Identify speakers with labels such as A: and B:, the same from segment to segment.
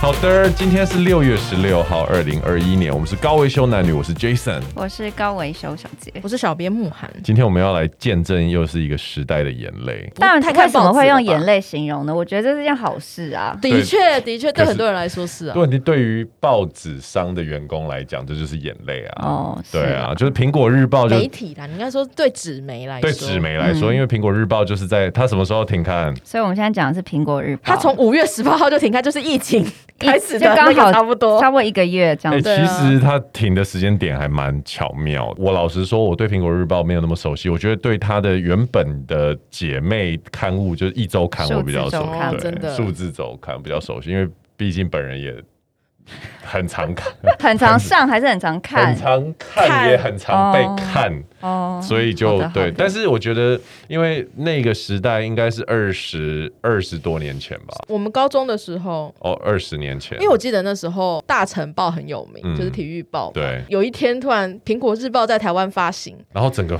A: 好的，今天是六月十六号，二零二一年，我们是高维修男女，我是 Jason。
B: 我是高维修小姐。
C: 我是小编慕寒，
A: 今天我们要来见证又是一个时代的眼泪。
B: 当然，
C: 太
B: 为
C: 看
B: 什么
C: 报纸
B: 会用
C: 了吧
B: 眼泪形容呢？我觉得这是件好事啊。
A: 对
C: 的确的确
A: 可
C: 对
A: 是
C: 很多人来说是啊，
A: 问题对于报纸商的员工来讲，这就是眼泪啊。
B: 哦是啊
A: 对啊，就是苹果日报就
C: 媒体啦，你应该说对纸媒来说，嗯
A: 对纸，媒来说，因为苹果日报就是在它什么时候停刊？
B: 所以我们现在讲的是苹果日报，
C: 它从五月十八号就停刊，就是疫情
B: 一
C: 开始
B: 就
C: 的那
B: 刚
C: 个
B: 好
C: 差不多
B: 差。不多一个月这
A: 哎、
B: 样子。
C: 对
A: 其
C: 啊
A: 实它停的时间点还蛮巧妙。我老实说，我对苹果日报没有那么熟悉，我觉得对它的原本的姐妹刊物，就是一周刊，我比较熟
B: 数字周刊，
A: 对
C: 真的
A: 数字周刊比较熟悉，因为毕竟本人也很常看，
B: 很常上还是很常看
A: 很常看，
C: 看
A: 也很常被看。
B: 哦，
A: 所以
B: 好
A: 就
B: 的好
A: 对，
B: 的
A: 但是我觉得，因为那个时代应该是二十二十多年前吧，
C: 我们高中的时候，
A: 哦，二十年前，
C: 因为我记得那时候《大成报》很有名
A: 嗯，
C: 就是体育报。
A: 对，
C: 有一天突然，《苹果日报》在台湾发行，
A: 然后整个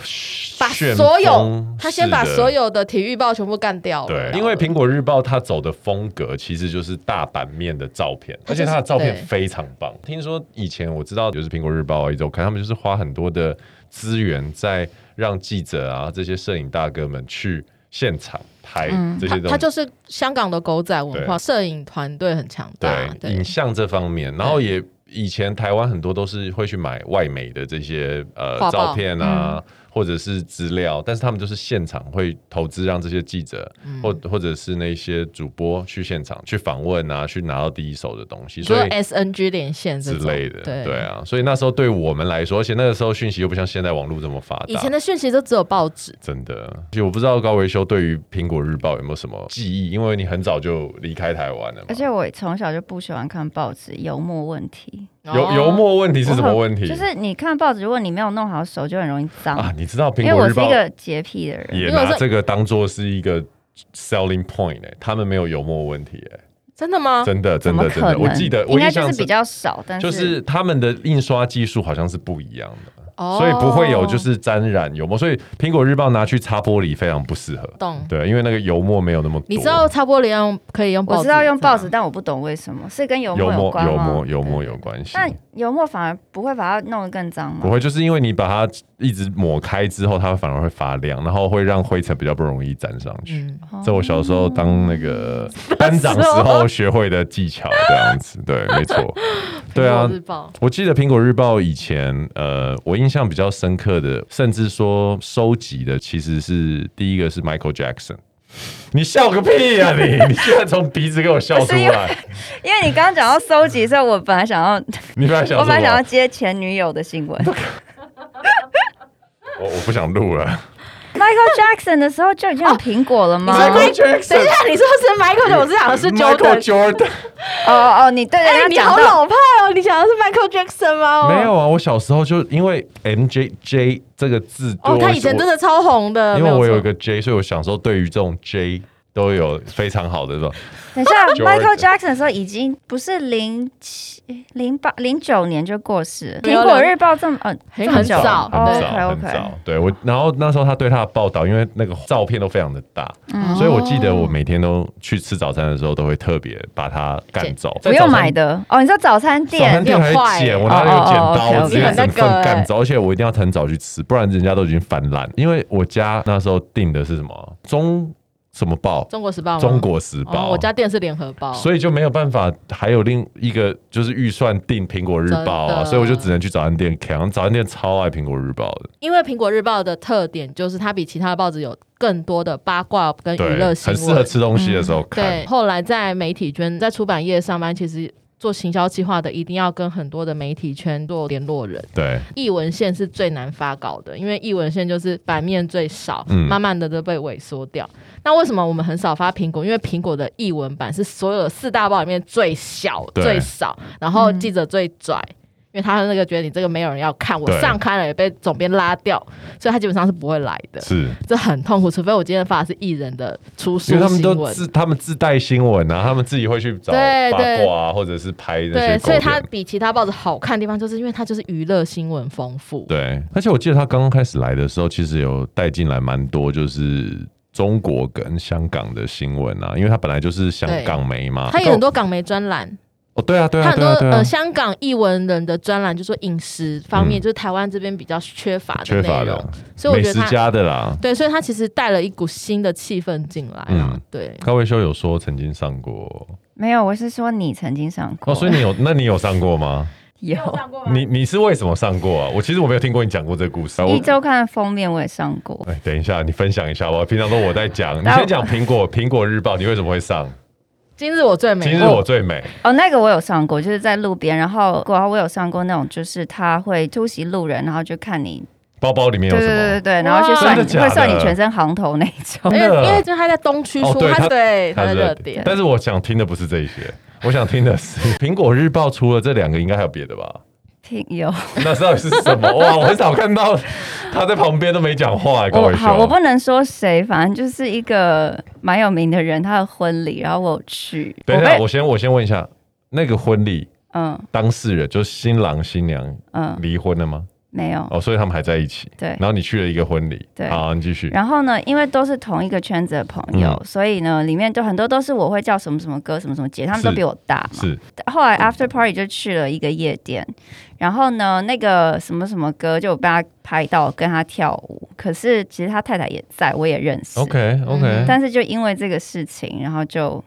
C: 把
A: 旋
C: 所有
A: 风
C: 他先把
A: 式的
C: 所有的体育报全部干掉了。
A: 对，因为苹果日报它走的风格其实就是大版面的照片，而且它的照片
C: 对
A: 非常棒。听说以前我知道就是苹果日报啊一周刊，他们就是花很多的资源在让记者啊这些摄影大哥们去现场拍
B: 嗯
A: 这些
C: 他
A: 东西。
C: 他就是香港的狗仔文化，摄影团队很强大。
A: 对
C: 对
A: 影，像这方面，然后也以前台湾很多都是会去买外媒的这些呃
C: 画报嗯
A: 照片啊，或者是资料，但是他们就是现场会投资让这些记者、
C: 嗯
A: 或或者是那些主播去现场去访问啊，去拿到第一手的东西，
C: 你说
A: 所以。
C: SNG 连线这
A: 之
C: 种
A: 类的，
C: 对
A: 对。啊，所以那时候对我们来说，而且那个时候讯息又不像现在网络这么发达，
C: 以前的讯息都只有报纸，
A: 真的，就我不知道高维修对于苹果日报有没有什么记忆，因为你很早就离开台湾了嘛
B: 而。且我从小就不喜欢看报纸，油墨问题
A: 油
C: 哦
A: 油墨问题是什么问题？
B: 就是你看报纸，如果你没有弄好手，就很容易
A: 啊
B: 脏。，
A: 你知道
B: 因
A: 苹
B: 为
A: 果
B: 我
A: 日
B: 是一
A: 报
B: 个洁癖的人，
A: 也拿这个当做是一个 selling point 哎、他们没有油墨问题哎、
C: 真的吗？
A: 真的
B: 啊怎
A: 真
B: 么
A: 的真
B: 可
A: 的，
B: 能？
A: 我记得
B: 应
A: 我
B: 该
A: 印
B: 就
A: 象
B: 是比较少，但
A: 就是他们的印刷技术好像是不一样的，
C: 哦
A: 所以不会有就是沾染油墨，所以苹果日报拿去擦玻璃非常不适合，
C: 懂。
A: 对，因为那个油墨没有那么多。
C: 你知道擦玻璃用可以用报纸，
B: 我知道用报纸，但我不懂为什么是跟油
A: 油
B: 墨有
A: 墨
B: 关
A: 油
B: 吗
A: 墨？油墨有关系，
B: 但油墨反而不会把它弄得更脏
A: 不
B: 吗？
A: 会，就是因为你把它一直抹开之后，它反而会发亮，然后会让灰尘比较不容易沾上去。
C: 嗯，
B: 哦
A: 在我小时候当那 个班长时候学会的技巧，这样子，对，没错，对啊
C: 苹果日。报
A: 我记得《苹果日报》以前，呃，我印象比较深刻的，甚至说收集的，其实是第一个是 Michael Jackson。你笑个屁呀、你！ 你居然从鼻子给我笑出
B: 不是因
A: 来，
B: 因为你刚刚讲到搜集，所以我本来想要，
A: 你 不要笑
B: 我
A: 什
B: 本来想要
A: 么？
B: 接前女友的新 闻。
A: 我我不想 录了。
B: Michael Jackson 的时候就已经有苹果了吗？哦
A: Michael Jackson，
C: 等一下，你说是 Michael 的，我是讲的是
A: Michael
C: Jordan。
A: Jordan。
B: 哦哦，你对
C: 哎、
B: 人
C: 你
B: 家
C: 好
B: 讲到
C: 老派哦！你讲的是 Michael Jackson 吗？哦
A: 没有啊，我小时候就因为 M J J 这个字对
C: 哦，
A: 我
C: 他以前
A: 我
C: 真的超红的，
A: 因为呃我有一
C: 个
A: 个 J，所以我小时候对于这种 J 都有非常好的这种。
B: 等一 下
A: Jordan
B: Michael Jackson 的时候已经不是零七、零八、零九年就过世了，
C: 没
B: 苹
C: 有
B: 果日报这么呃
C: 很
B: 这么久
C: 很早
B: 哦
A: 很
C: 对
A: 早，
B: OK
A: 很
B: OK，
A: 早。对我，然后那时候他对他的报道，因为那个照片都非常的大，
C: 哦
A: 所以我记得我每天都去吃早餐的时候，都会特别把它干走。
B: 不
A: 在早餐
B: 用买。的哦，你知道早餐
A: 早餐
B: 店
A: 店还
C: 你很坏
A: 剪，
C: 欸
A: 我哪里有剪
B: 哦哦
A: 刀？
B: 哦，OK，OK
A: 我直接整份
C: 你很那个
A: 干
C: 欸
A: 走，而且我一定要很早去吃，不然人家都已经翻烂。因为我家那时候订的是什么中什么报，
C: 中国时报吗，
A: 中国时
C: 哦
A: 报，
C: 我家店是联合报，
A: 所以就没有办法，还有另一个就是预算订苹果日报
C: 真
A: 啊，
C: 的
A: 所以我就只能去早餐店扛。早餐店超爱苹果日报的，
C: 因为苹果日报的特点就是它比其他的报纸有更多的八卦跟娱
A: 对，
C: 哎乐新
A: 很
C: 闻，嗯
A: 适合吃东西的时候看
C: 对，。后来在媒体圈，在出版业上班，其实做行销计划的，一定要跟很多的媒体圈做联络人。
A: 对，
C: 译文线是最难发稿的，因为译文线就是版面最少，
A: 嗯
C: 慢慢的都被萎缩掉。那为什么我们很少发苹果？因为苹果的译文版是所有四大报里面最小、
A: 对
C: 最少，然后记者最拽。因为他那个觉得你这个没有人要看，我
A: 对
C: 上刊了也被总编拉掉，所以他基本上是不会来的，
A: 是
C: 这很痛苦。除非我今天发的是艺人的出书
A: 因为他们
C: 新
A: 都
C: 闻，
A: 自他们自带新闻啊，他们自己会去找
C: 对
A: 八
C: 对
A: 卦啊，或者是拍那些
C: 对，
A: 狗
C: 所以它
A: 脸
C: 比其他报纸好看的地方，就是因为它就是娱乐新闻丰富。
A: 对，而且我记得他刚刚开始来的时候，其实有带进来蛮多就是中国跟香港的新闻啊，因为他本来就是香
C: 对
A: 港媒嘛，
C: 它有很多港媒专栏，
A: 哦，对啊，对
C: 他
A: 啊，
C: 很
A: 对
C: 多
A: 啊，对啊
C: 呃，香港译文人的专栏，就说饮食方面，
A: 嗯
C: 就是台湾这边比较缺乏的
A: 缺乏
C: 内
A: 的
C: 容，所以我
A: 美
C: 觉
A: 食
C: 得他
A: 家的啦。
C: 对，所以他其实带了一股新的气氛进来啊，
A: 嗯
C: 对，
A: 高维修有说曾经上过
B: 没有，我是说你曾经上过，
A: 哦，所以哦你有，那你有上过吗？
B: 有
C: 过
A: 你你是为什么上过啊？我其实我没有听过你讲过这个故事。我
B: 一周刊的封面我也上过，
A: 哎，等一下，你分享一下吧。平常都我在讲，你
B: 那我
A: 先讲苹果苹果日报，你为什么会上？
C: 今日我最美，
A: 今日我最美，
B: 哦，那个我有上过，就是在路边，然后然后我有上过那种，就是他会突袭路人，然后就看你，
A: 包包里面
B: 对
A: 有
B: 对
A: 什么
B: 对对？对，然后去算
A: 真
B: 你
A: 的假的
B: 会算你全身行头那一种。
C: 因为
A: 真的
C: 因为就是他在东区
A: 哦
C: 出，
A: 对
C: 他
A: 他
C: 对他
A: 它
C: 的
A: 是
C: 热
A: 热
C: 点，
A: 但是我想听的不是这些，我想听的是 苹果日报除了这两个，应该还有别的吧？
B: 听有
A: 那到底是什 么？哇，我很少看到他在旁边都没讲话、欸，高
B: 我
A: 伟
B: 哦好，我
A: 修。
B: 不能说谁，反正就是一个蛮有名的人，他的婚礼，然后我有去，
A: 等一下，
B: 被
A: 我先我先问一下，那个婚礼
B: 嗯
A: 当事人就是新郎新娘
B: 嗯
A: 离婚了吗？
B: 没有，
A: 哦，所以他们还在一起。
B: 对
A: 然后你去了一个婚礼，
B: 对
A: 好，你继续。
B: 然后呢，因为都是同一个圈子的朋
A: 嗯
B: 友，所以呢，里面就很多都是我会叫什么什么哥、什么什么姐，他们都
A: 是
B: 比我大嘛。
A: 是
B: 后
A: 嗯
B: 来 after party 就去了一个夜店，然后呢，那个什么什么哥就被他拍到跟他跳舞，可是其实他太太也在，我也认识。
A: OK OK，
C: 嗯
B: 但是就因为这个事情，然后就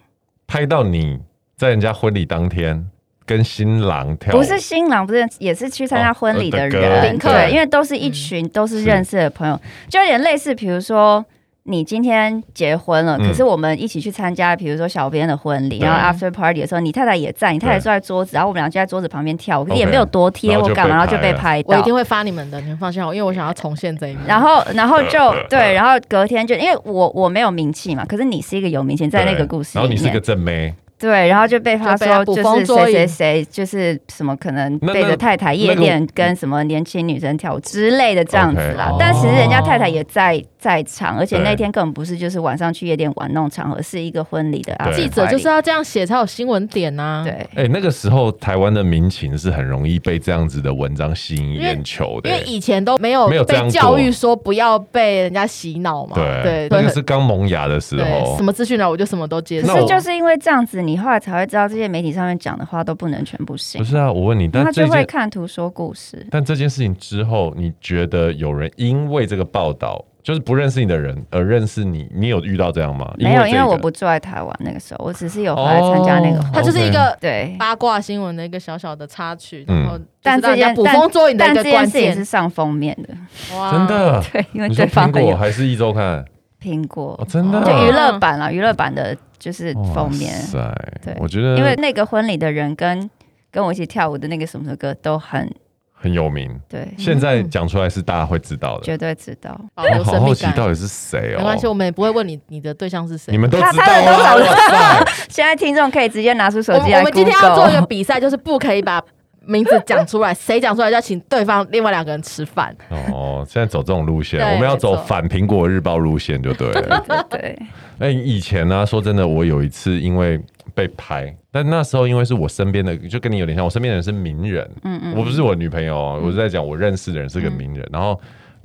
A: 拍到你在人家婚礼当天跟新郎跳舞，
B: 不是新郎，不是也是去参加婚礼的
A: 哦呃
B: 人，
A: 宾
C: 客
B: 对，因为都是一群都
A: 嗯
B: 是认识的朋友，就有点类似，比如说。你今天结婚了，
A: 嗯
B: 可是我们一起去参加，比如说小编的婚礼，
A: 对
B: 然后 after party 的时候，你太太也在，你太太坐在桌子，然后我们俩就在桌子旁边跳舞，可是
A: OK，
B: 也没有多贴
A: 然后
B: 或
A: 就
B: 干嘛，
A: 被
B: 然后就被
A: 拍了
B: 拍
C: 我
B: 到
C: 一。定会发你们的，你们放心好，因为我想要重现这一幕。
B: 然后，然后
A: 呃
B: 就对，然后隔天就因为我我没有名气嘛，可是你是一个有名气，在那个
A: 对
B: 故事
A: 然后
B: 里
A: 你是个
B: 面，
A: 正妹，
B: 对，然后就被他
C: 就被他
B: 说
C: 捕
B: 就
C: 风
B: 是
C: 捉
B: 谁谁
C: 影
B: 谁就是什么可能
A: 那
B: 背
A: 那
B: 着太太
A: 那个
B: 夜店跟什么年轻女生跳舞之类的这样子啦
A: OK，。
B: 但其实人家
C: 哦
B: 太太也在在场，而且
A: 对
B: 那天根本不是就是晚上去夜店玩那种场合，是一个婚礼的啊
A: 对
C: 记者就是要这样写才有新闻点呐、啊。，
B: 对。
A: 哎、那个时候台湾的民情是很容易被这样子的文章吸引
C: 因为
A: 眼球的、
C: 因为以前都没有
A: 没有这样
C: 被
A: 过
C: 教育说不要被人家洗脑嘛。
A: 对，
C: 对，
A: 那
C: 对
A: 个是刚萌芽的时
C: 对，
A: 候
C: 什。么资讯呢？我就什么都接
A: 那
C: 受
B: 可是
A: 我。
B: 就是因为这样子，你后来才会知道这些媒体上面讲的话都不能全部信
A: 不，是啊，我问你，但
B: 他
A: 这
B: 就会
A: 件
B: 看图说故事。
A: 但这件事情之后，你觉得有人因为这个报道，就是不认识你的人而认识你，你有遇到这样吗？
B: 没有，因
A: 这
B: 为
A: 个
B: 我不住在台湾那个时候，我只是有回来参加那个
A: 哦
B: 活
C: 它
B: 动。
C: 就是一个
B: 对，
C: 八卦新闻的一个小小的插曲，
A: 嗯
C: 然后
B: 但
C: 就是
B: 这件
C: 让人家捕风捉影的
B: 但
C: 一
B: 这
C: 个
B: 件
C: 关
B: 事也是
C: 键，
B: 上封面的，
C: 哇
A: 真。的，
B: 对，因为
A: 你说
B: 对
A: 苹
B: 哦方很
A: 果
B: 有
A: 还是一周刊
B: 苹果
A: 哦，，真的
C: 哦
B: 就
C: 对
B: 娱乐版啦，娱乐版的就是封面
A: 哇，塞
B: 对
A: 我觉得
B: 因为那个婚礼的人跟跟我一起跳舞的那个什么什么歌都很
A: 很有名。
B: 对，
A: 现在
B: 嗯
A: 讲出来是大家会知道的。
B: 绝对知道。
C: 保留
A: 我哎好
C: 神秘
A: 好奇
C: 感。
A: 到底是谁哦？
C: 没关系，我们也不会问你你的对象是谁。
A: 你们都知
B: 他
A: 道
B: 他们都
A: 啊
B: 找
A: 哇塞
B: 现在听众可以直接拿出手
C: 我
B: 机
C: 们我
B: 来
C: 们
B: Google。
C: 今天要做一个比赛，就是不可以把名字讲出来，谁讲出来就要请对方另外两个人吃饭。
A: 哦，现在走这种路线，
C: 对
A: 我们要
C: 没
A: 走
C: 错
A: 反苹果日报路线就对了。
B: 对 对
A: 哎、以前呢、说真的，我有一次因为被拍，但那时候因为是我身边的，就跟你有点像，我身边的人是名人，嗯嗯，我不是我女朋友哦，我是在讲我认识的人是个名人，然后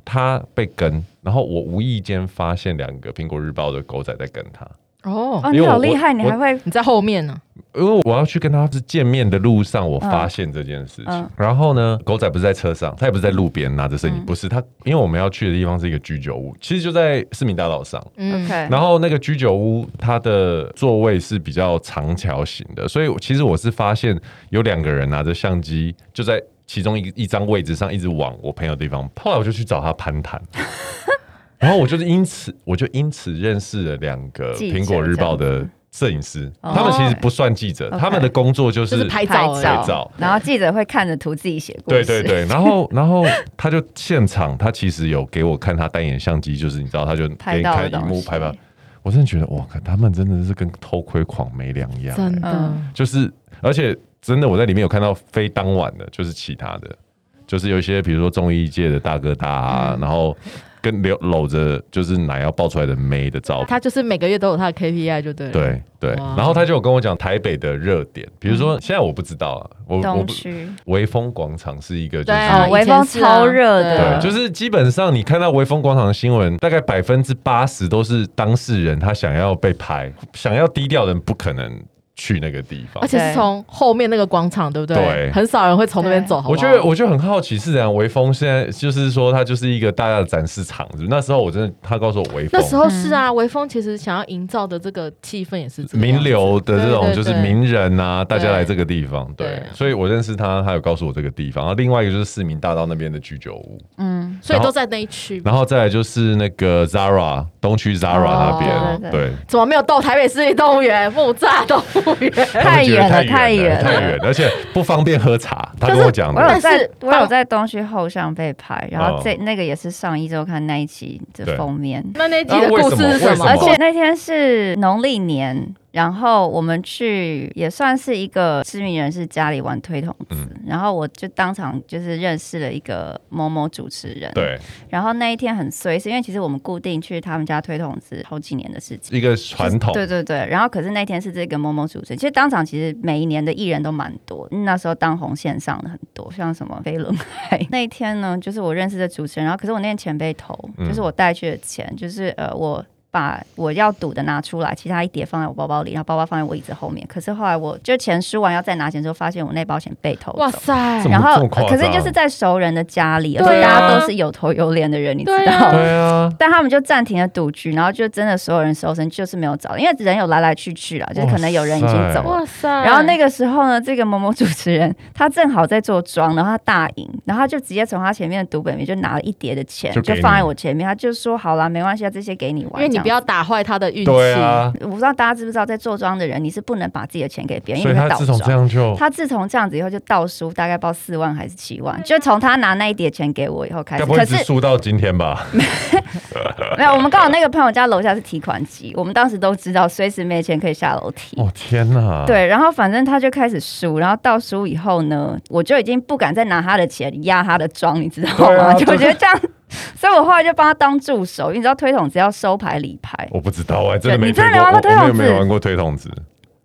A: 他被跟，然后我无意间发现两个苹果日报的狗仔在跟他，
C: 哦，
B: 哦，
A: 因
B: 你
A: 为
B: 好
A: 我
B: 厉害，
A: 我
B: 你还会
C: 你在后面呢？
A: 因为我要去跟他是见面的路上，我发现这件事情。
B: 嗯
A: 然后呢，狗仔不是在车上，他也不是在路边拿着摄影机，不是他，因为我们要去的地方是一个居酒屋，其实就在市民大道上。
C: 嗯，
B: OK，
A: 然后那个居酒屋，它的座位是比较长条形的，所以其实我是发现有两个人拿着相机，就在其中一一张位置上一直往我朋友的地方跑。 后来我就去找他攀谈， 然后我就是因此，我就因此认识了两个
B: 记者
A: 苹果日报
B: 这样
A: 的
B: 子
A: 摄影师，
B: 哦
A: 他们其实不算记者，
B: OK
A: 他们的工作就是
C: 就是拍照而已
A: 拍照
B: 然后记者会看着图自己写故
A: 对
B: 事。
A: 对 对，然后然后他就现场，他其实有给我看他单眼相机，就是你知道，他就给
B: 拍
A: 你
B: 到
A: 看
B: 的
A: 荧
B: 东
A: 幕
B: 西
A: 拍吧。我真的觉得，哇，看他们真的是跟偷窥狂没两样、
C: 真
A: 欸
C: 的
B: 嗯
A: 就是而且真的我在里面有看到非当晚的，就是其他的，就是有一些比如说综艺界的大哥大、啊，
B: 嗯
A: 然后跟搂搂着就是奶要爆出来的妹的照片。
C: 他就是每个月都有他的 KPI 就对了。
A: 对对，
C: 哇
A: 然后他就有跟我讲台北的热点，比如说现在我不知道啊，我我
B: 嗯东
A: 不
B: 区
A: 微风广场是一个就
C: 对
A: 是
C: 啊，
B: 哦微风超热的
A: 对，
B: 嗯
A: 就是基本上你看到微风广场的新闻，大概百分之八十都是当事人他想要被拍，想要低调的人不可能去那个地方
C: 而。且是从后面那个广场，对不对？
A: 对
C: 很少人会从那边走。好不好啊
A: 我觉得我就很好奇，是怎样微风现在就是说它就是一个大家的展示场，是不是那时候我真的他告诉我微风
C: 那时候是
B: 嗯
C: 啊，微风其实想要营造的这个气氛也是这个样子
A: 名流的这种
C: 对对
A: 就是
C: 对
A: 名人啊，大家来这个地方，
C: 对
A: 对
C: 对，
A: 所以我认识他，他有告诉我这个地方。然后另外一个就是市民大道那边的居酒屋，
B: 嗯，
C: 所以都在那一区。
A: 然后再来就是那个 Zara 东区 Zara 那
B: 哦
A: 边，
B: 对
A: 对，
C: 怎么没有到台北市立动物园、木栅动物 园？
A: 他们觉得
B: 太远了
A: 太
B: 太
A: 远
B: 远了
A: 了，而且不方便喝茶。他跟我讲
B: 我
A: 的，
B: 有
C: 但
B: 在
C: 是，
B: 我有在东区后巷被拍，然后
A: 哦
B: 这那个也是上一周看那一期
A: 对
B: 的封面，
C: 那那集的故事是
A: 那为
C: 什
A: 什
C: 么？
A: 么
B: 而且那天是农历年，然后我们去也算是一个知名人士家里玩推筒子，
A: 嗯
B: 然后我就当场就是认识了一个某某主持人，，
A: 对，
B: 然后那一天很衰，是因为其实我们固定去他们家推筒子好几年的事情。
A: 一个传统，
B: 对对对，然后可是那天是这个某某主持人，其实当场其实每一年的艺人都蛮多，那时候当红线上的很多，像什么飞轮海。 那一天呢，就是我认识的主持人，然后可是我那天钱被偷，
A: 嗯
B: 就是我带去的钱，就是呃我。把我要赌的拿出来，其他一叠放在我包包里，然后包包放在我椅子后面。可是后来我就钱输完要再拿钱的时候，发现我那包钱被偷走。
C: 哇塞
A: 怎！么
B: 然
A: 这么
B: 后呃
A: 夸张啊
B: 可是就是在熟人的家里，而
C: 对
B: 且
C: 啊
B: 大家都是有头有脸的人，你知
C: 对
B: 道
C: 啊
B: 吗？
A: 对啊，
B: 但他们就暂停了赌局，然后就真的所有人搜身，就是没有找，因为人有来来去去啦，就是可能有人已经走了。
C: 哇塞！
B: 然后那
C: 个
B: 个时候呢，这个某某主持人他正好在做庄，然后他大赢，然后他就直接从他前面的赌本里面就拿了一叠的钱，
A: 就
B: 就
A: 给你
B: 放在我前面，他就说好啦，没关系啊，这些给你玩，
C: 因为你不
B: 这样
C: 要打坏他的运气。
A: 对啊，
B: 子。我不知道大家知不知道，在做庄的人，你是不能把自己的钱给别人，因
A: 所
B: 为
A: 以
B: 你会
A: 他
B: 倒
A: 自从这
B: 庄。
A: 样就
B: 他自从这样子以后，就倒输大概报四万还是七万，就从他拿那一叠钱给我以后开
A: 该
B: 始。
A: 不会
B: 可
A: 一直
B: 是
A: 输到今天吧？
B: 没有，我们刚好那个朋友家楼下是提款机，我们当时都知道随时没钱可以下楼梯。
A: 哦天哪！，
B: 对，然后反正他就开始输，然后到输以后呢，我就已经不敢再拿他的钱压他的庄，你知道
A: 对
B: 吗？
A: 啊
B: 就我
A: 这
B: 觉得这样，所以我后来就帮他当助手，因为你知道推筒子要收牌理牌。
A: 我不知道哎，真的
B: 对
A: 没
B: 你真
A: 推
B: 的
A: 过，
B: 没玩过
A: 我我没有
B: 推筒子
A: 没有玩过推筒子，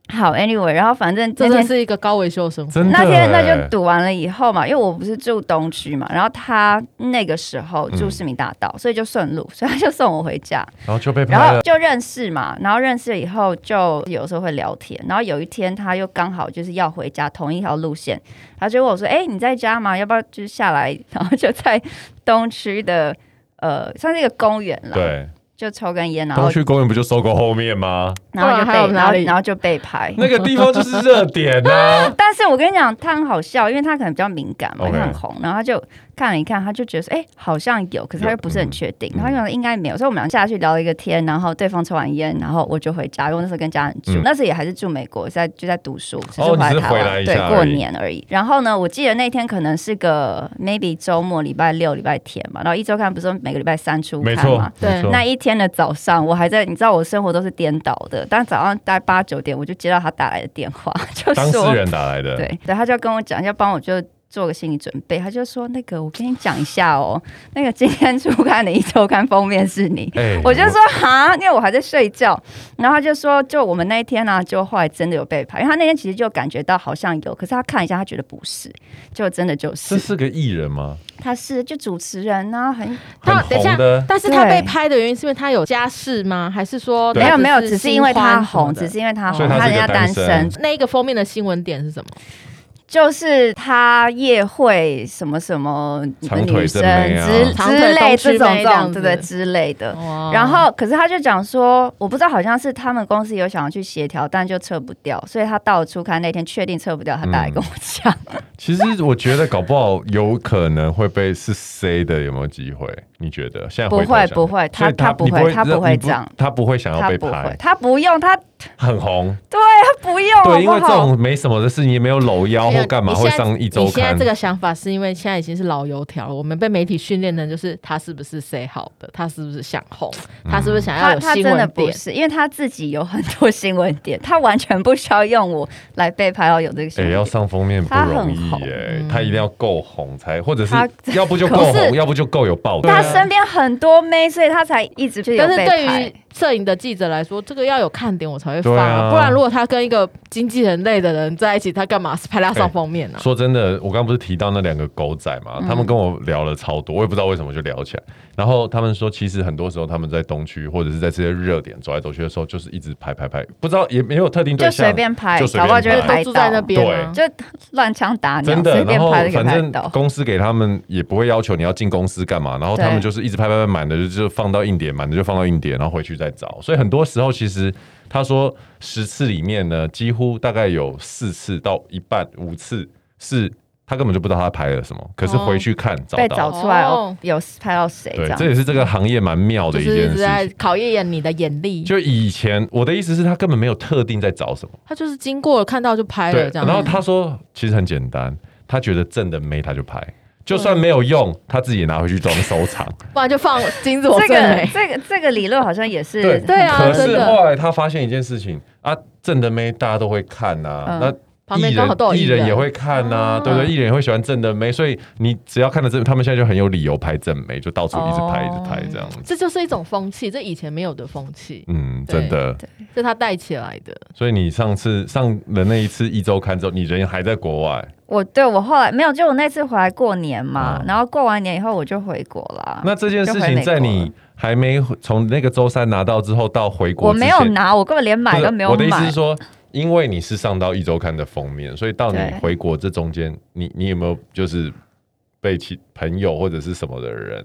B: 好，anyway，然后反正那
C: 这真的
B: 天
C: 是一个高维修的生活。
A: 真的
B: 那天那
A: 哎
B: 就赌完了以后嘛，因为我不是住东区嘛，然后他那个时候住
A: 嗯
B: 市民大道，所以就顺路，所以他就送我回家。
A: 然后就被
B: 然
A: 拍
B: 后
A: 了，
B: 就认识嘛，然后认识了以后就有时候会聊天，然后有一天他又刚好就是要回家，同一条路线，他就问我说：“哎、你在家吗？要不要就是下来？”然后就在东区的呃，算是一个公园啦，
A: 对，
B: 就抽根烟，然后
A: 东区公园不就收购后面吗？
B: 然后就
C: 不然还有
B: 被然
C: 哪
B: 后
C: 里
B: 然后就被拍。！
A: 那个地方就是热点啊
B: 但是我跟你讲，他很好笑，因为他可能比较敏感嘛，
A: OK
B: 因为很红，然后他就看了一看，他就觉得说，哎、好像有，可是他又不是很确定，
A: 嗯
B: 然后他就想应该没有，所以我们俩下去聊了一个天，然后对方抽完烟，然后我就回家，因为我那时候跟家人住，
A: 嗯
B: 那时候也还是住美国，在就在读书，只是
A: 哦
B: 回来
A: 你只是
B: 台湾，
A: 回来一下
B: 对，
A: 而已
B: 过年而已。然后呢，我记得那天可能是个 maybe 周末，礼拜六、礼拜天嘛，然后一周 看不是每个礼拜三出
A: 没
B: 刊
A: 错
B: 嘛，，
C: 对
A: 没错
B: 那一天的早上，我还在，你知道我生活都是颠倒的，但早上大概八九点，我就接到他打来的电话， 就
A: 当
B: 说
A: 事人打来的，
B: 对对，他就跟我讲，要帮我就做个心理准备。他就说：“那个，我跟你讲一下哦， 那个今天出刊的一周刊封面是你。”
A: 哎，
B: 我就说哈，因为我还在睡觉，然后他就说，就我们那一天呢、就后来真的有被拍，因为他那天其实就感觉到好像有，可是他看一下，他觉得不是，就真的就
A: 这
B: 是，
A: 是个艺人吗？
B: 他是就主持人啊，很
C: 他
A: 很
C: 等一下
A: 红的，
C: 但是他
B: 对
C: 被拍的原因是因为他有家室吗？还是说
A: 对
B: 没有没有，
C: 他
B: 只是因为他红，
C: 新欢什么的
B: 只是因为他
A: 所
B: 红，
A: 以他是
B: 人家
A: 个单
B: 单
A: 身
B: 身，
C: 那一个封面的新闻点是什么？
B: 就是他夜会什么什么
A: 长腿
B: 女
A: 正
B: 生
A: 妹啊
B: 之
C: 长
B: 之
C: 腿
B: 类这
C: 东区
B: 种
C: 妹
B: 这
C: 这样
B: 种
C: 子哦
B: 对对之类的。
C: 哇
B: 然后，可是他就讲说，我不知道，好像是他们公司有想要去协调，但就撤不掉，所以他到了初刊那天确定撤不掉，他打来跟我讲，
A: 嗯 其实我觉得搞不好有可能会被是 C 的，有没有机会？你觉得？现在
B: 不
A: 回头
B: 会
A: 想
B: 不会
A: 所以
B: 他他
A: 不
B: 不会他不会
A: 你
B: 这样
A: 他不会想要
B: 他
A: 被
B: 不会
A: 拍，，
B: 他不用，他
A: 很红。
B: 他不用，好
A: 对，因
B: 不
A: 为这
B: 好？
A: 种没什么的事情，也没有搂腰
C: 没有
A: 或干嘛，
C: 你
A: 会
C: 现在
A: 上一周哎
C: 你现在
A: 刊
C: 这。个想法是因为现在已经是老油条了，我们被媒体训练的就是他是不是 say 好的，他是不是想红，他是不
A: 嗯
C: 是想要
B: 他
C: 有
B: 他
C: 新
B: 真的
C: 闻
B: 不
C: 点。
B: 是，因为他自己有很多新闻点，他完全不需要用我来被拍到有这个新
A: 哎、
B: 闻
A: 要
B: 点。
A: 上封面不
B: 他很
A: 容易
B: 红
A: 耶、
C: 嗯
A: 他一定要够红才，或者是
B: 他
A: 要不就够
B: 可是
A: 红，要不就够有爆
B: 他
A: 点。
B: 身边很多妹，所以他才一直就有
C: 但是
B: 被
C: 对
B: 拍
C: 于摄影的记者来说，这个要有看点我才会
A: 对
C: 放、
A: 啊
C: 不然如果他跟一个经纪人类的人在一起，他干嘛拍
A: 哎
C: 他上封面呢、
A: 说真的，我刚不是提到那两个狗仔嘛，他们跟我聊了超多，我也不知道为什么就聊起来。然后他们说，其实很多时候他们在东区或者是在这些热点走来走去的时候，就是一直拍拍拍，不知道也没有特定对
B: 就
A: 象，啊
B: 随便拍
A: 就，随
B: 搞
A: 便
B: 不好就会
A: 拍
C: 都
B: 拍
C: 住在
B: 到，
C: 那边、啊，
B: 就乱枪打鸟，
A: 真的。
B: 随便
A: 然后
B: 拍就可以
A: 反
B: 拍
A: 正
B: 到。
A: 公司给他们也不会要求你要进公司干嘛，然后他们
B: 对
A: 就是一直拍拍拍，满的就就放到硬碟，满的就放到硬碟，然后回去再找。所以很多时候其实。他说十次里面呢，几乎大概有四次到一半五次是他根本就不知道他拍了什么，可是
C: 哦
A: 回去看找
B: 被
A: 到
B: 找出来
C: 哦
B: 哦，有拍到谁这
A: 对，
B: 样
A: 这？也是这个行业蛮妙的
C: 就
A: 一
C: 是一
A: 件
C: 直
A: 事
C: 在
A: 情。
C: 考验你的眼力。
A: 就以前我的意思是，他根本没有特定在找什么，
C: 他就是经过了看到就拍
A: 对
C: 了。这样
A: 然
C: 子，
A: 后他说，其实很简单，他觉得正的美他就拍，就算没有用，他自己也拿回去装收藏。
C: 不然就放金子我
B: 这
C: 最
B: 个
C: 美。
B: 这个这个理论好像也是
A: 对
B: 很
C: 欸对啊
A: 可
B: 合
C: 真
B: 理
A: 是
C: 的
A: 后来他发现一件事情啊，正的妹大家都会看呐、
B: 嗯
A: 那
C: 旁
A: 艺
C: 边刚好都有
A: 人艺
C: 艺人
A: 人也会看呐、
C: 哦
A: 对不对？艺人也会喜欢正的妹，所以你只要看到正，他们现在就很有理由拍正妹，就到处一直拍，一
B: 哦
A: 直拍这样子。
C: 这就是一种风气，这以前没有的风气，
A: 嗯，真的。
C: 这他带起来的。
A: 所以你上次上了那一次一周刊之后，你人还在国外，
B: 我对我后来没有，就我那次回来过年嘛，
A: 嗯
B: 然后过完年以后我就回国啊
C: 啊
B: 啦。
A: 那这件事
B: 就回
A: 情
B: 美国
A: 在你还没从那个周三拿到之后到回国
B: 我
A: 之
B: 没
A: 前，
B: 有拿，我根本连
A: 不
B: 买
A: 是
B: 都没有
A: 我的意思是
B: 买。
A: 说，因为你是上到一周刊的封面，所以到你
B: 对
A: 回国这中间，你你有没有就是被其朋友或者是什么的人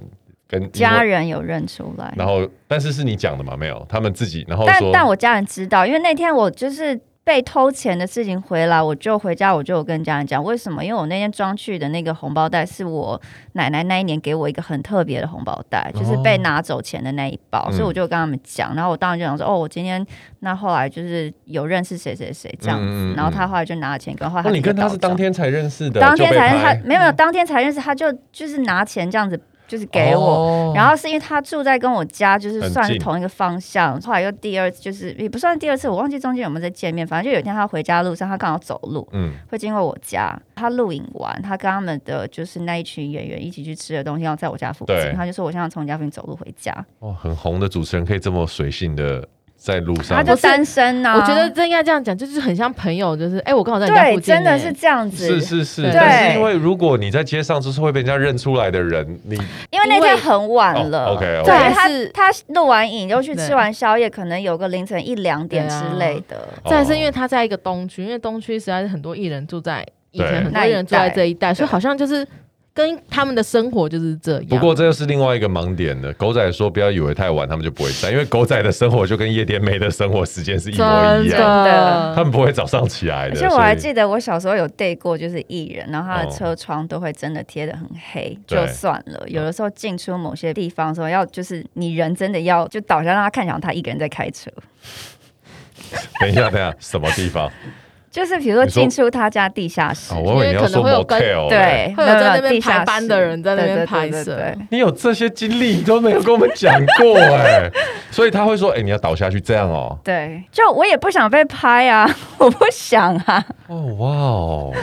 A: 跟
B: 家？
A: 因为
B: 人有认出来，
A: 然后，但是是你讲的嘛？没有，他们自己，然后
B: 但
A: 说，
B: 但我家人知道，因为那天我就是被偷钱的事情回来，我就回家，我就有跟家人讲为什么，因为我那天装去的那个红包袋是我奶奶那一年给我一个很特别的红包袋，
A: 哦
B: 就是被拿走钱的那一包，
A: 嗯
B: 所以我就跟他们讲，然后我当然就想说，哦，我今天那后来就是有认识谁谁谁这样子，
A: 嗯嗯嗯嗯
B: 然后他后来就拿了钱跟后来
A: 哦，你
B: 就
A: 跟他
B: 到
A: 是
B: 账
A: 当天才认识的，
B: 当天才认
A: 就
B: 识他
A: 被，拍嗯
B: 没有没有，当天才认识他就就是拿钱这样子，就是给我。
A: 哦
B: 然后是因为他住在跟我家，就是
A: 很
B: 算是
A: 近
B: 同一个方向。后来又第二，就是也不算第二次，我忘记中间有没有在见面。反正就有一天他回家路上，他刚好走路，
A: 嗯，
B: 会经过我家。他录影完，他跟他们的就是那一群演员一起去吃的东西，然后在我家附近
A: 对。
B: 他就说我现在从你家附近走路回家，
A: 哦，很红的主持人可以这么随性的在路
B: 他
A: 上，
B: 就
C: 不是
B: 单身啊呐、
C: 我觉得这应该这样讲，就是很像朋友，就是哎、我刚好在你家
B: 对
C: 附，近耶，欸
B: 真的是这样子。
A: 是是是，
C: 对
A: 但是因为如果你在街上就是会被人家认出来的人，你
B: 因为那
C: 因为
B: 天很晚了。
A: 哦，OK，OK
B: 对
C: 对
B: 他
C: 是
B: 他录完影又去吃
C: 对
B: 完宵夜，可能有个凌晨一两点
C: 对啊
B: 之类的。
C: 再来
A: 哦
C: 是因为他在一个东区，因为东区实在是很多艺人住在以前
A: 对
C: 很多艺人住在这一带，所以
B: 对
C: 好像就是跟他们的生活就是这样。
A: 不过这又是另外一个盲点的。狗仔说不要以为太晚他们就不会在，因为狗仔的生活就跟夜店妹的生活时间是一模一
C: 真
A: 样，
C: 的，
A: 他们不会早上起来
B: 而
A: 的。
B: 且我还
A: 所以
B: 记得我小时候有对过，就是艺人，然后他的
A: 哦
B: 车窗都会真的贴的很黑，
A: 对嗯
B: 就算了。有的时候进出某些地方的时候，要就是你人真的要就倒下让他看，想他一个人在开车。
A: 等一下，等一下，什么地方？
B: 就是比如说
A: 你说
B: 进出他家地下室
A: 哦，，我以为你要说
C: 因为可能会有跟
A: motel，欸
B: 对，
C: 会有在那边
B: 没地下室
C: 排班的人在那边
B: 对对
C: 拍
B: 对对
C: 摄
B: 对
A: 你有这些经历，你都没有跟我们讲过哎、所以他会说，哎、你要倒下去这样哦、
B: 对，就我也不想被拍啊， 我不想啊。
A: 哦，哇哦，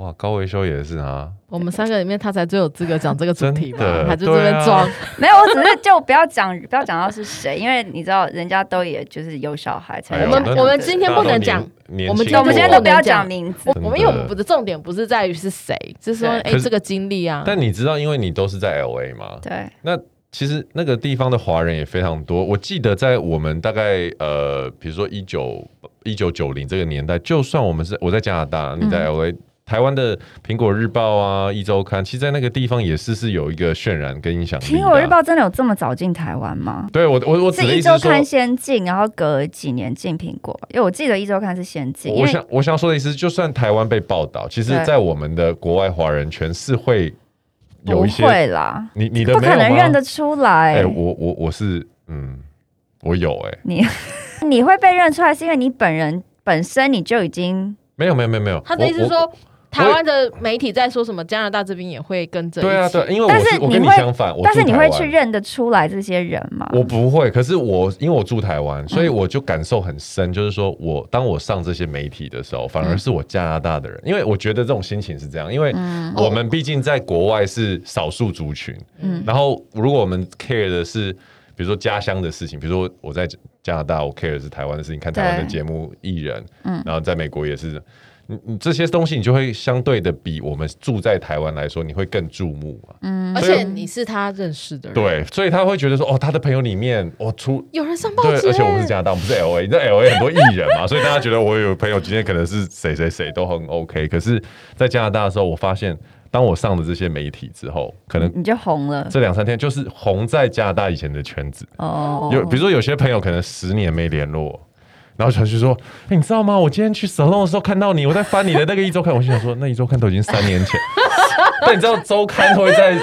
A: 哇，高维修也是啊，
C: 我们三个里面他才最有资格讲这个主题
A: 真
C: 吧
A: 的？啊
C: 他就这边装，
B: 没有，我只是就不要讲，不要讲到是谁，因为你知道，人家都也就是有小孩才
A: 哎
B: 有
A: 呦
B: 这样
A: 那
B: 子。
A: 我
C: 们今天不能讲
A: 年，
C: 我们
B: 对我们今天都不要
C: 不能讲
B: 讲名字
C: 我，
A: 真的
C: 我们因为我们不的重点不是在于是谁，是说
B: 对
C: 哎
A: 可是
C: 这个经历啊，
A: 但你知道，因为你都是在 L A 嘛，
B: 对，
A: 那其实那个地方的华人也非常多。我记得在我们大概呃，比如说一九一九九零这个年代，就算我们是我在加拿大，你
B: 嗯
A: 在 LA、台湾的《苹果日报》啊，《一周刊》，其实在那个地方也是是有一个渲染跟影响力的啊。
B: 苹果日报真的有这么早进台湾吗？
A: 对我我我只
B: 是
A: 的
B: 一
A: 意
B: 周
A: 思是
B: 刊
A: 说。
B: 先进，然后隔几年进苹果，因为我记得一周刊是先进，因
A: 我
B: 为
A: 想，我想说的意思，就算台湾被报道，其实，
B: 对
A: 在我们的国外华人圈是会有
B: 不
A: 一些
B: 会啦，
A: 你你的
B: 不
A: 没有
B: 可
A: 吗？
B: 能认得出来。
A: 哎、我我我是嗯，我有哎、
B: 你你会被认出来，是因为你本人本身你就已经
A: 没有没有没有没有。
C: 他的意思是
A: 我
C: 说。台湾的媒体在说什么，加拿大这边也会跟着一起。
A: 对啊，对啊，因为
B: 但
A: 我
B: 是
A: 我
B: 你
A: 跟你
B: 会
A: 相反，我
B: 但是
A: 住
B: 你
A: 台
B: 会
A: 湾
B: 去认得出来这些人吗？
A: 我不会，可是我因为我住台湾，所以
B: 嗯
A: 我就感受很深，就是说我当我上这些媒体的时候，反
B: 嗯
A: 而是我加拿大的人，因为我觉得这种心情是这样，因为我们毕竟在国外是少数族群，
B: 哦嗯
A: 然后如果我们 care 的是。比如说家乡的事情，比如说我在加拿大，我 care 的是台湾的事情，看台湾的
B: 对
A: 节目艺人，嗯，然后在美国也是，你你这些东西，你就会相对的比我们住在台湾来说，你会更注目嘛。
B: 嗯
C: 而
A: 嗯所以
C: 且你是他认识的人，，
A: 对，所以他会觉得说，哦，他的朋友里面，我、出。
C: 有人上报
A: 对，
C: 纸，
A: 而且我们是加拿大，我们不是 L A，你知道 L A 很多艺人嘛，所以 大家觉得我有朋友今天可能是谁谁谁都很 OK。可是，在加拿大的时候，我发现，当我上了这些媒体之后，可能
B: 你就红了
A: 这两三天就是红在加拿大以前的圈子。
B: 哦。
A: 有比如说有些朋友可能十年没联络，然后传讯说：“哎、你知道吗？我今天去 salon 的时候看到你，我在翻你的那个一周刊。”我心想说：“那一周刊都已经三年前。”但你知道周刊会在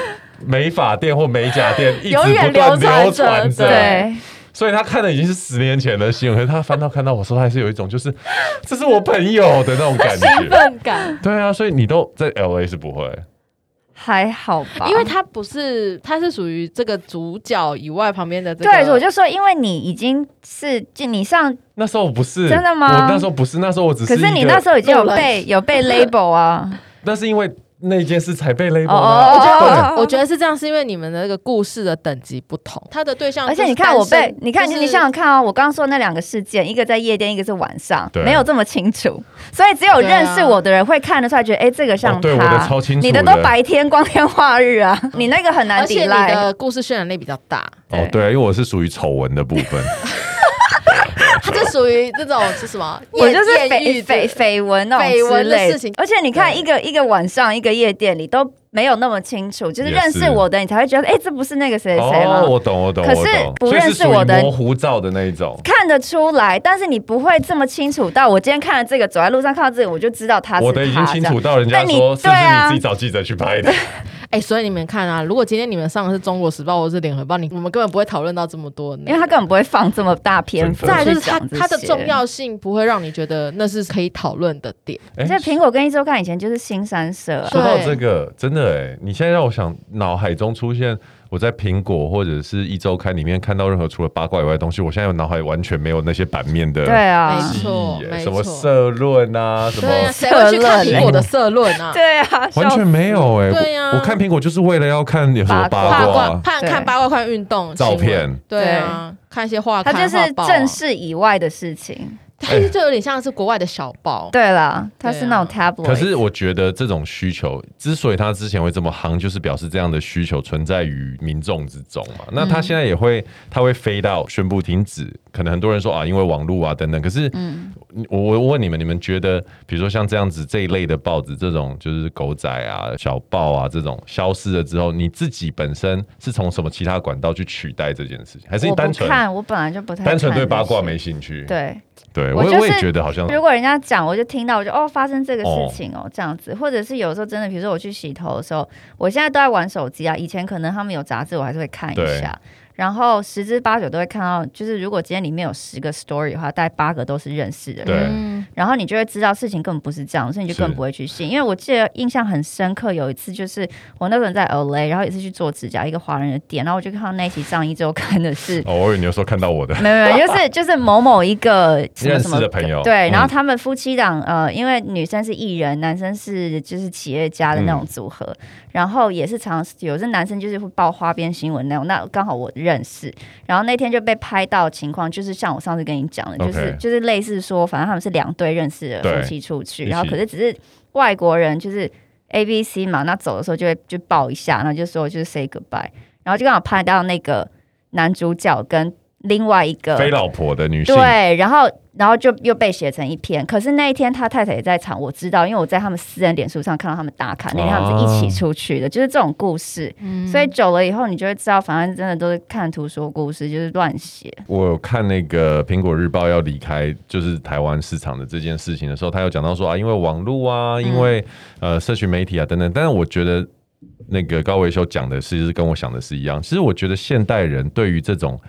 A: 美发店或美甲店一直
B: 永远
A: 不断
B: 传
A: 流传着，
B: 对，
A: 所以他看的已经是十年前的新闻，可是他翻到看到我说，他还是有一种就是这是我朋友的那种感
C: 兴
A: 觉。
C: 奋感。
A: 对啊，所以你都在 L A 是不会，
B: 还好吧，
C: 因为他不是，他是属于这个主角以外旁边的这个。
B: 对，我就说，因为你已经是就你上，
A: 那时候我不是
B: 真的吗
A: 我那时候不是，那时候我只是
B: 可
A: 一个。
B: 是你那时候已经有
C: 路人
B: 被 有被 label 啊，
A: 那是因为那件事才被 label 的
B: 哦
A: 啊。
C: 我觉
B: 哦
C: 得，我觉得是这样，是因为你们的那个故事的等级不同，他的对象
B: 而
C: 就是
B: 且
C: 单
B: 你
C: 身。
B: 看我被，你看
C: 就
B: 你
C: 是
B: 你想想看啊，我刚刚说那两个事件，一个在夜店，一个是晚上，
A: 对
B: 没有这么清楚，所以只有
C: 对啊
B: 认识我的人会看得出来，觉得哎，这个像
A: 哦对我的
B: 他
A: 超清，楚
B: 你的
A: 的
B: 都白天光天化日 啊，你那个很难
C: 而且
B: 抵
C: 你
B: 赖。
C: 的故事渲染力比较大，
A: 哦，对，因为我是属于丑闻的部 分，
C: 它就属于那种是什么？
B: 我就是
C: 艳
B: 绯
C: 艳遇
B: 绯
C: 的
B: 绯闻那种
C: 绯闻
B: 之
C: 的
B: 类
C: 事情
B: 而且你看
C: 对
B: 一个一个晚上，一个夜店里都没有那么清楚，就是
A: 也
B: 认
A: 是
B: 识我的，你才会觉得哎，这不是那个谁谁谁吗
A: 哦，？我懂，我懂，
B: 可是
A: 我懂
B: 不
A: 所以
B: 认识
A: 是属于
B: 我的
A: 模糊照的那一种。
B: 看得出来，但是你不会这么清楚到我今天看了这个，走在路上看到这个，我就知道他是他。
A: 我的已经清
B: 这
A: 楚
B: 样
A: 到人家
B: 但你
A: 说是不
B: 对
A: 是
B: 啊
A: 你自己找记者去拍 的？
C: 哎、所以你们看啊，如果今天你们上的是《中国时报》或是《联合报》，你我们根本不会讨论到这么多内容，
B: 因为他根本不会放这么大篇幅
A: 真的
C: 再
B: 去
C: 来就是它
B: 讲这些。
C: 它的重要性不会让你觉得那是可以讨论的点。
A: 哎
B: 这苹果跟一周刊以前就是新三社、啊，
A: 说到
C: 对
A: 这个，真的哎、你现在让我想，脑海中出现我在苹果或者是一周刊里面看到任何除了八卦以外的东西，我现在我脑海完全没有那些版面的
B: 对啊
C: 没，
A: 记忆、欸，
C: 没错
A: 什么
C: 没错
A: 社论啊，什么
C: 对啊，谁会去看苹果的社论啊？
B: 对啊，
A: 完
B: 笑
A: 全没有哎、
C: 对啊
A: 我我看苹果就是为了要看有什么
B: 八
A: 八
C: 八
A: 卦啊
C: 卦看
B: 对
C: 看八卦，看运动
A: 照片
C: 新闻对啊，看一些画
B: 他
C: 刊，
B: 就是
C: 画报啊
B: 正，式以外的事情。
A: 哎
C: 它就有点像是国外的小报。
B: 对啦，他是那种
C: 啊
B: tabloid，
A: 可是我觉得这种需求之所以它之前会这么夯，就是表示这样的需求存在于民众之中嘛。那它现在也会，它会飞到宣布停止，可能很多人说啊，因为网络啊等等。可是，
B: 嗯
A: 我我我问你们，你们觉得，比如说像这样子这一类的报纸，这种就是狗仔啊、小报啊这种消失了之后，你自己本身是从什么其他管道去取代这件事情，还是你
B: 我
A: 单
B: 不
A: 纯
B: 看，我本来就不太
A: 单纯
B: 看
A: 对
B: 这
A: 八卦
B: 些
A: 没兴趣？
B: 对。
A: 对，
B: 我
A: 我也
B: 就是
A: 我也觉得好像
B: 如果人家讲，我就听到，我就哦，发生这个事情哦，这样子，或者是有时候真的，比如说我去洗头的时候，我现在都在玩手机啊。以前可能他们有杂志，我还是会看一下，然后十之八九都会看到，就是如果今天里面有十个 story 的话，大概八个都是认识的人，
A: 对
C: 嗯，
B: 然后你就会知道事情根本不是这样，所以你就根
A: 是。
B: 本不会去信。因为我记得印象很深刻，有一次就是我那时候在 LA，然后也是去做指甲，一个华人的店，然后我就看到那一期上一周看的是
A: 哦，我以为你有时候看到我的。
B: 没有没 有，就是就是某某一个什么
A: 认识
B: 什么
A: 的朋友，
B: 对，然后
A: 嗯
B: 他们夫妻档，呃，因为女生是艺人，男生是就是企业家的那种组合，
A: 嗯
B: 然后也是常有些男生就是会报花边新闻那种，那刚好我认识，然后那天就被拍到情况，就是像我上次跟你讲的，就是
A: OK
B: 就是类似说，反正他们是两对认识的
A: 对
B: 夫妻出去，
A: 一
B: 然后
A: 起
B: 可是只是外国人就是。A B C 嘛，那走的时候就会就抱一下，然后就说就是 say goodbye，然后就刚好拍到那个男主角跟另外一个
A: 非老婆的女性，
B: 对，然后然后就又被写成一篇。可是那一天他太太也在场，我知道，因为我在他们私人脸书上看到他们打卡，
A: 哦
B: 那天他们是一起出去的，就是这种故事。
C: 嗯
B: 所
A: 嗯
B: 以久了以后，你就会知道，反正真的都是看图说故事，就是乱写。
A: 我有看那个《苹果日报》要离开就是台湾市场的这件事情的时候，他有讲到说啊，因为网络啊，因为、呃社群媒体啊等等，但是我觉得那个高维修讲的是是跟我想的是一样。其实我觉得现代人对于这种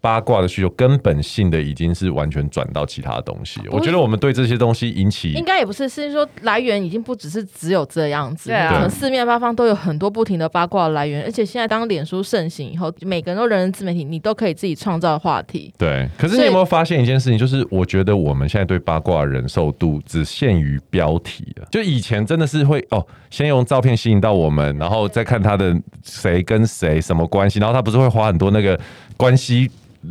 A: 八卦的需求，根本性的已经是完全转到其他的东西。我觉得我们对这些东西引起
C: 应该也不是，是说来源已经不只是只有这样子，
B: 对啊
C: 可能四面八方都有很多不停的八卦来源，而且现在当脸书盛行以后，每个人都人人自媒体，你都可以自己创造话题。
A: 对，可是
C: 所
A: 你
C: 以
A: 有没有发现一件事情？就是我觉得我们现在对八卦的忍受度只限于标题了。就以前真的是会哦，先用照片吸引到我们，然后再看他的谁跟谁什么关系，然后他不是会花很多那个关系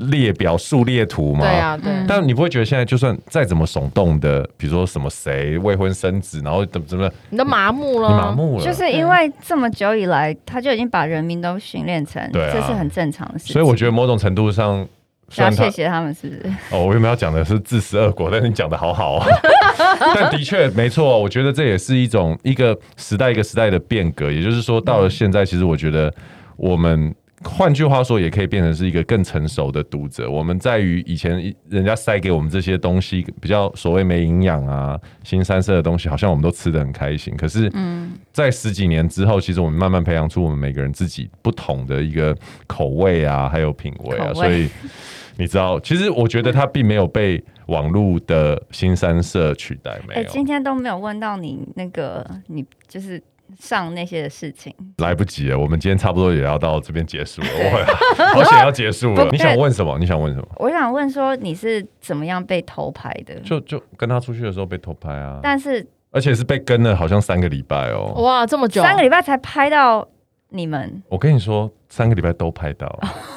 A: 列表数列图嘛。
C: 对啊，对啊，
A: 但你不会觉得现在就算再怎么耸动的，比如说什么谁未婚生子，然后怎么怎么，
C: 你都麻木
A: 你
C: 了，
A: 麻木了。
B: 就是因为这么久以来，他就已经把人民都训练成，
A: 对啊
B: 这是很正常的事情。
A: 所以我觉得某种程度上，虽
B: 要
A: 然他
B: 谢谢他们，是不是？
A: 哦，我原本要讲的是自食恶果，但是你讲的好好哦。 但的确没错，我觉得这也是一种一个时代一个时代的变革。也就是说，到了现在，其实我觉得我们。换句话说，也可以变成是一个更成熟的读者。我们在于以前一人家塞给我们这些东西，比较所谓没营养啊、新三色的东西，好像我们都吃的很开心。可是，在十几年之后，其实我们慢慢培养出我们每个人自己不同的一个口味啊，还有品味啊，
B: 口味
A: 所以。你知道，其实我觉得它并没有被网络的新三社取代，没
B: 哎、
A: 有、
B: 今天都没有问到你那个，你就是上那些的事情。
A: 来不及了。我们今天差不多也要到这边结束了，我 好想要结束了。
B: 不
A: 你想问什么？你想问什么？
B: 我想问说，你是怎么样被偷拍的？
A: 就就跟他出去的时候被偷拍啊，
B: 但是
A: 而且是被跟了好像三个礼拜哦。
C: 哇，这么久，
B: 三个礼拜才拍到你们，
A: 我跟你说，三个礼拜都拍到。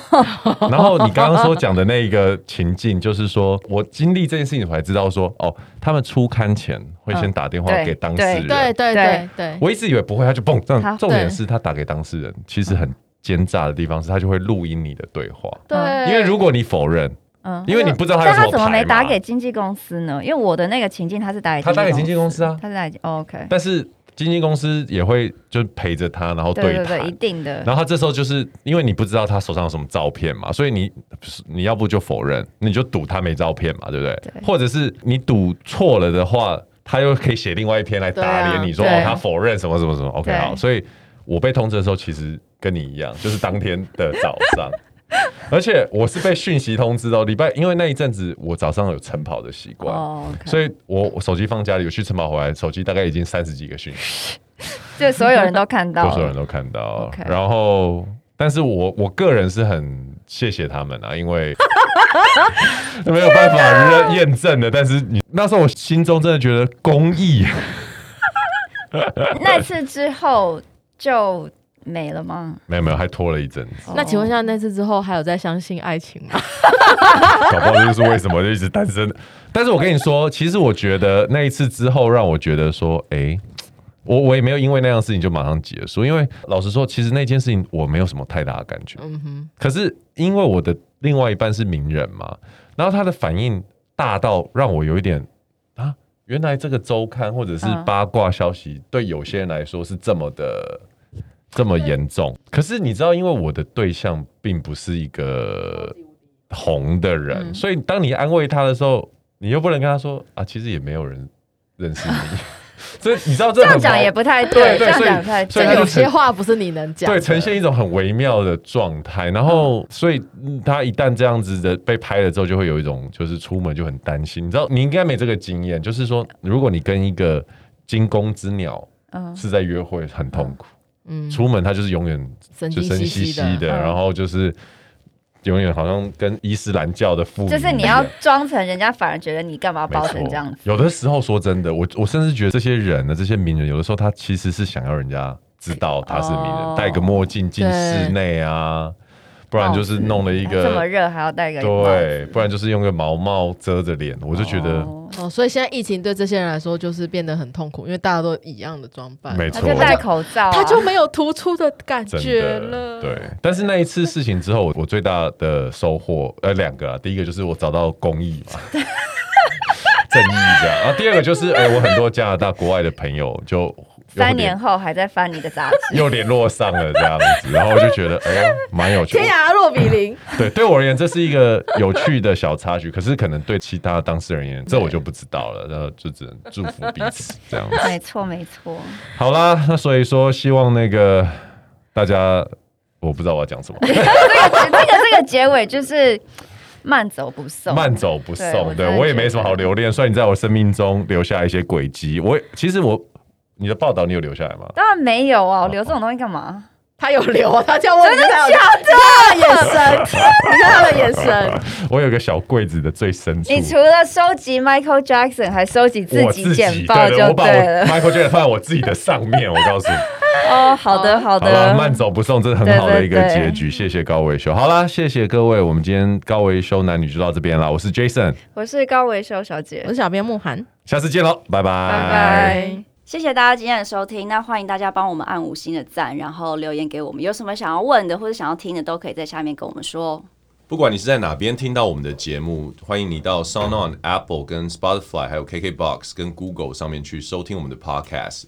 A: 然后你刚刚所讲的那个情境，就是说我经历这件事情，我才知道说，哦，他们出刊前会先
C: 嗯
A: 打电话
B: 对
A: 给当事
B: 对
A: 人，
C: 对对对
B: 对
C: 对，
A: 我一直以为不会，他就蹦。
B: 哎他
A: 但重点
C: 对
A: 是他打给当事人，其实很奸诈的地方是他就会录音你的对话，
C: 对，
A: 因为如果你否认，
B: 嗯，
A: 因为你不知道他有
B: 但
A: 什
B: 他
A: 么
B: 怎么
A: 牌
B: 没
A: 嘛
B: 打给。经纪公司呢？因为我的那个情境，他是打给
A: 他打给经纪公司啊
B: 他是打给、哦、OK，
A: 但是经纪公司也会就陪着他，然后
B: 对对
A: 谈
B: 对，一。定的。
A: 然后他这时候就是因为你不知道他手上有什么照片嘛，所以你你要不就否认，你就赌他没照片嘛，对不对？
B: 对
A: 或者是你赌错了的话，他又可以写另外一篇来打
C: 对啊
A: 脸你说、
B: 对
A: 哦他否认什么什么什么。OK
B: 对
A: 好，所以我被通知的时候，其实跟你一样，就是当天的早 上。而且我是被讯息通知的哦，礼拜因为那一阵子我早上有晨跑的习惯，
B: 哦，OK，
A: 所以我我手机放家里，我去晨跑回来，手机大概已经三十几个讯息，
B: 就所有人都 看
A: 多
B: 到
A: 数人
B: 了，
A: 都看到。
B: OK
A: 然后，但是我我个人是很谢谢他们啊，因 为没有办法验证的。但是你那时候我心中真的觉得公益
B: 那次之后就没了吗？
A: 没有没有，还拖了一阵 子，
C: 那请问一下，那次之后还有在相信爱情吗？
A: 搞不好这就是为什么就一直单身。但是我跟你说，其实我觉得那一次之后，让我觉得说，哎、我我也没有因为那样的事情就马上结束，因为老实说，其实那件事情我没有什么太大的感觉。
C: 嗯哼，
A: 可是因为我的另外一半是名人嘛，然后他的反应大到让我有一点啊，原来这个周刊或者是
B: 嗯
A: 八卦消息对有些人来说是这么的。这么严重，可是你知道，因为我的对象并不是一个红的人，
B: 嗯
A: 所以当你安慰他的时候，你又不能跟他说啊，其实也没有人认识你， 所以你知道这
B: 这
A: 很
B: 样讲
A: 矛
B: 也不太
A: 对对
B: 这样
A: 所以
B: 讲也不太
A: 所以他
B: 这个
A: 就
C: 有
A: 呈
C: 些话不是你能讲的，
A: 对，呈现一种很微妙的状态。然后，所以嗯他一旦这样子的被拍了之后，就会有一种就是出门就很担心。你知道，你应该没这个经验，就是说，如果你跟一个惊弓之鸟
B: 嗯，
A: 是在约会，很痛苦。
C: 嗯，
A: 出门他就是永远
C: 神
A: 就
C: 经
A: 神
C: 兮
A: 兮
C: 兮
A: 兮的，
C: 的，
B: 嗯
A: 然后就是永远好像跟伊斯兰教的妇女一
B: 就
A: 样，
B: 是你要装成人家，反而觉得你干嘛
A: 没
B: 包成
A: 错
B: 这样子？
A: 有的时候说真的，我我甚至觉得这些人呢，这些名人，有的时候他其实是想要人家知道他是名
B: 哦
A: 人，戴个墨镜进室内啊，不然就是弄了一
B: 哎这么
A: 个
B: 热还要戴个帽
A: 对
B: 子，，
A: 不然就是用个毛帽遮着脸，我就觉得
B: 哦
C: 哦，所以现在疫情对这些人来说就是变得很痛苦，因为大家都一样的装扮，
A: 没
B: 他
A: 错
B: 就戴口罩啊，
C: 他就没有突出的感
A: 真
C: 觉
A: 的
C: 了。
A: 对。但是那一次事情之后，我我最大的收获呃两个啊，第一个就是我找到公益 嘛。正义这样，然后第二个就是，哎、我很多加拿大国外的朋友就有点
B: 三年后还在翻你的杂志。
A: 又联络上了这样子，然后我就觉得哎呀，蛮有趣
C: 天。
B: 啊
C: 涯若比 邻，
A: 对，对我而言这是一个有趣的小插曲，可是可能对其他当事人而言，这我就不知道了，然后就只能祝福彼此这样子。
B: 没错，没错。
A: 好啦，那所以说希望那个大家，我不知道我要讲什 么，
B: 这个这个这个结尾就是慢走不送，
A: 慢走不
B: 对我
A: 送。
B: 真
A: 对
B: 的
A: 我也
B: 觉
A: 没什么
B: 得
A: 好留恋，虽然你在我生命中留下一些轨迹，我其实我你的报道你有留下来吗？ 哦
B: 当然没有啊，我留这种东西干嘛？
C: 他有留啊，他叫我真的假
B: 假
C: 的眼神，你看他的眼神，
A: 我有个小柜子的最深处，
B: 你除了收集 Michael Jackson，还收集自
A: 我
B: 己
A: 自
B: 简
A: 己
B: 报
A: 对
B: 就
A: 我把我
B: 了。
A: Michael Jackson 放在我自己的上面，我告诉你。
B: 哦，好的，好
A: 好了，
B: 的，
A: 慢走不送，这是很好的一个
B: 对对对
A: 结局。谢谢高维修。好啦，谢谢各位，我们今天高维修男女就到这边啦。我是 Jason，
B: 我是高维修小姐
C: 我，是小编慕寒。
A: 下次见喽，拜拜，
B: 拜
A: 拜
B: 拜。
D: 谢谢大家今天的收听，那欢迎大家帮我们按五星的赞，然后留言给我们，有什么想要问的或者想要听的，都可以在下面跟我们说哦。
E: 不管你是在哪边听到我们的节目，欢迎你到 SoundOn、Apple、跟 Spotify、还有 KKBox、跟 Google 上面去收听我们的 Podcast。